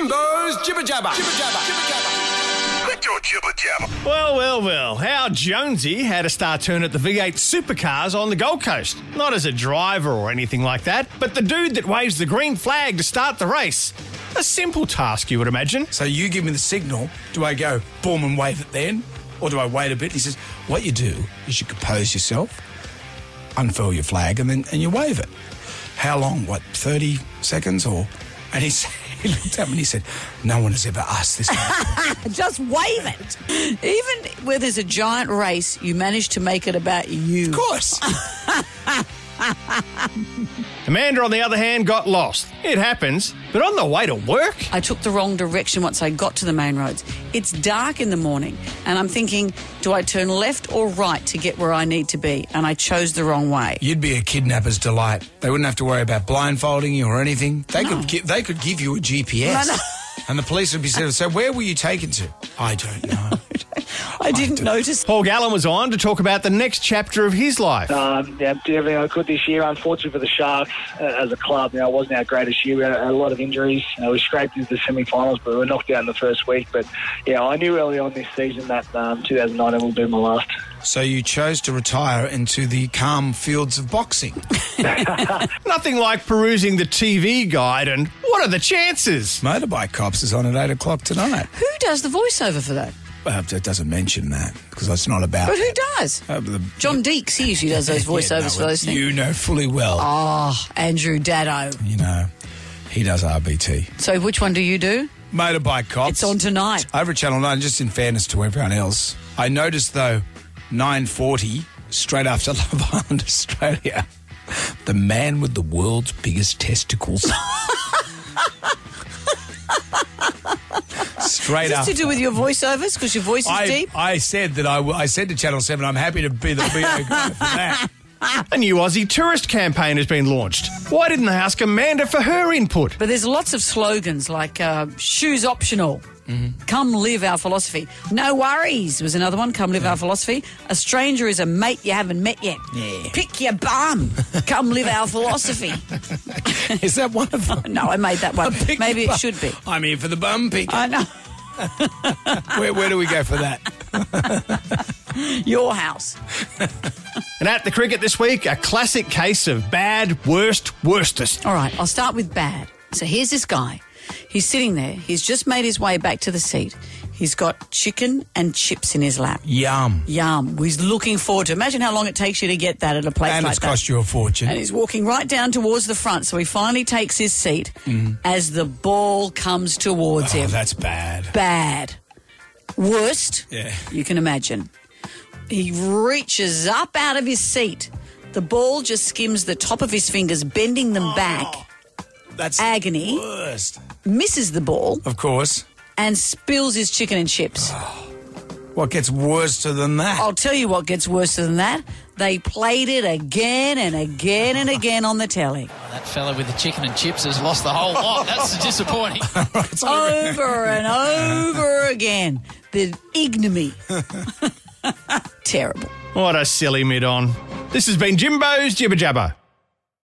Jimbo's Jibber Jabber. Jibber Jabber. Jibber Jabber. Quit your jibber jabber. Well, well, well. How Jonesy had a star turn at the V8 supercars on the Gold Coast. Not as a driver or anything like that, but the dude that waves the green flag to start the race. A simple task, you would imagine. So you give me the signal. Do I go boom and wave it then? Or do I wait a bit? He says, What you do is you compose yourself, unfurl your flag, and then and you wave it. How long? What, 30 seconds or? And he, said, he looked at me and he said, No one has ever asked this. question." Just wave it. Even where there's a giant race, you manage to make it about you. of course. Amanda, on the other hand, got lost. It happens, but on the way to work, I took the wrong direction once I got to the main roads. It's dark in the morning, and I'm thinking, do I turn left or right to get where I need to be? And I chose the wrong way. You'd be a kidnapper's delight. They wouldn't have to worry about blindfolding you or anything. They could gi- they could give you a GPS. And the police would be saying, So where were you taken to? I don't know. I didn't notice. Paul Gallen was on to talk about the next chapter of his life. Um, yeah, did everything I could this year. Unfortunately for the Sharks uh, as a club, you know, it wasn't our greatest year. We had a, a lot of injuries. You know, we scraped into the semi-finals, but we were knocked out in the first week. But yeah, I knew early on this season that um, 2009 will be my last. so you chose to retire into the calm fields of boxing. Nothing like perusing the TV guide, and what are the chances? Motorbike Cops is on at 8 o'clock tonight. Who does the voiceover for that? Well, that doesn't mention that because it's not about. But who that. does? Uh, the- John Deeks, he usually does those Yeah, no, voiceovers for those things. You know fully well. Oh, Andrew Daddo. You know, he does RBT. So which one do you do? Motorbike Cops. It's on tonight. Over at Channel 9, just in fairness to everyone else, I noticed though, 9.40, straight after Love Island Australia, the man with the world's biggest testicles. straight Is this after. to do with your voiceovers? Because your voice is I, deep? I said that I, w- I said to Channel 7, I'm happy to be the BO guy for that. A new Aussie tourist campaign has been launched. Why didn't they ask Amanda for her input? But there's lots of slogans like uh, shoes optional. Mm-hmm. Come live our philosophy. No worries was another one. Come live our philosophy. A stranger is a mate you haven't met yet. Pick your bum. Come live our philosophy. Is that one of them? No, I made that one. Pick Maybe the it bum. should be. I'm here for the bum pick. I know. Where, where do we go for that? Your house. And at the cricket this week, a classic case of bad, worst, worstest. All right, I'll start with bad. So here's this guy. He's sitting there. He's just made his way back to the seat. He's got chicken and chips in his lap. Yum. Yum. He's looking forward to. Imagine how long it takes you to get that at a place And like it's that. cost you a fortune. and he's walking right down towards the front. So he finally takes his seat as the ball comes towards Mm-hmm. oh, him. that's bad. Bad. Worst Yeah. you can imagine. He reaches up out of his seat. The ball just skims the top of his fingers, bending Oh. them back, That's Agony. Worst. misses the ball, Of course. and spills his chicken and chips. Ah. What gets worse than that? I'll tell you what gets worse than that. They played it again and again and again on the telly. That fella with the chicken and chips has lost the whole lot. That's disappointing. over and over again. The ignominy. Terrible. What a silly mid on. This has been Jimbo's Jibber Jabber.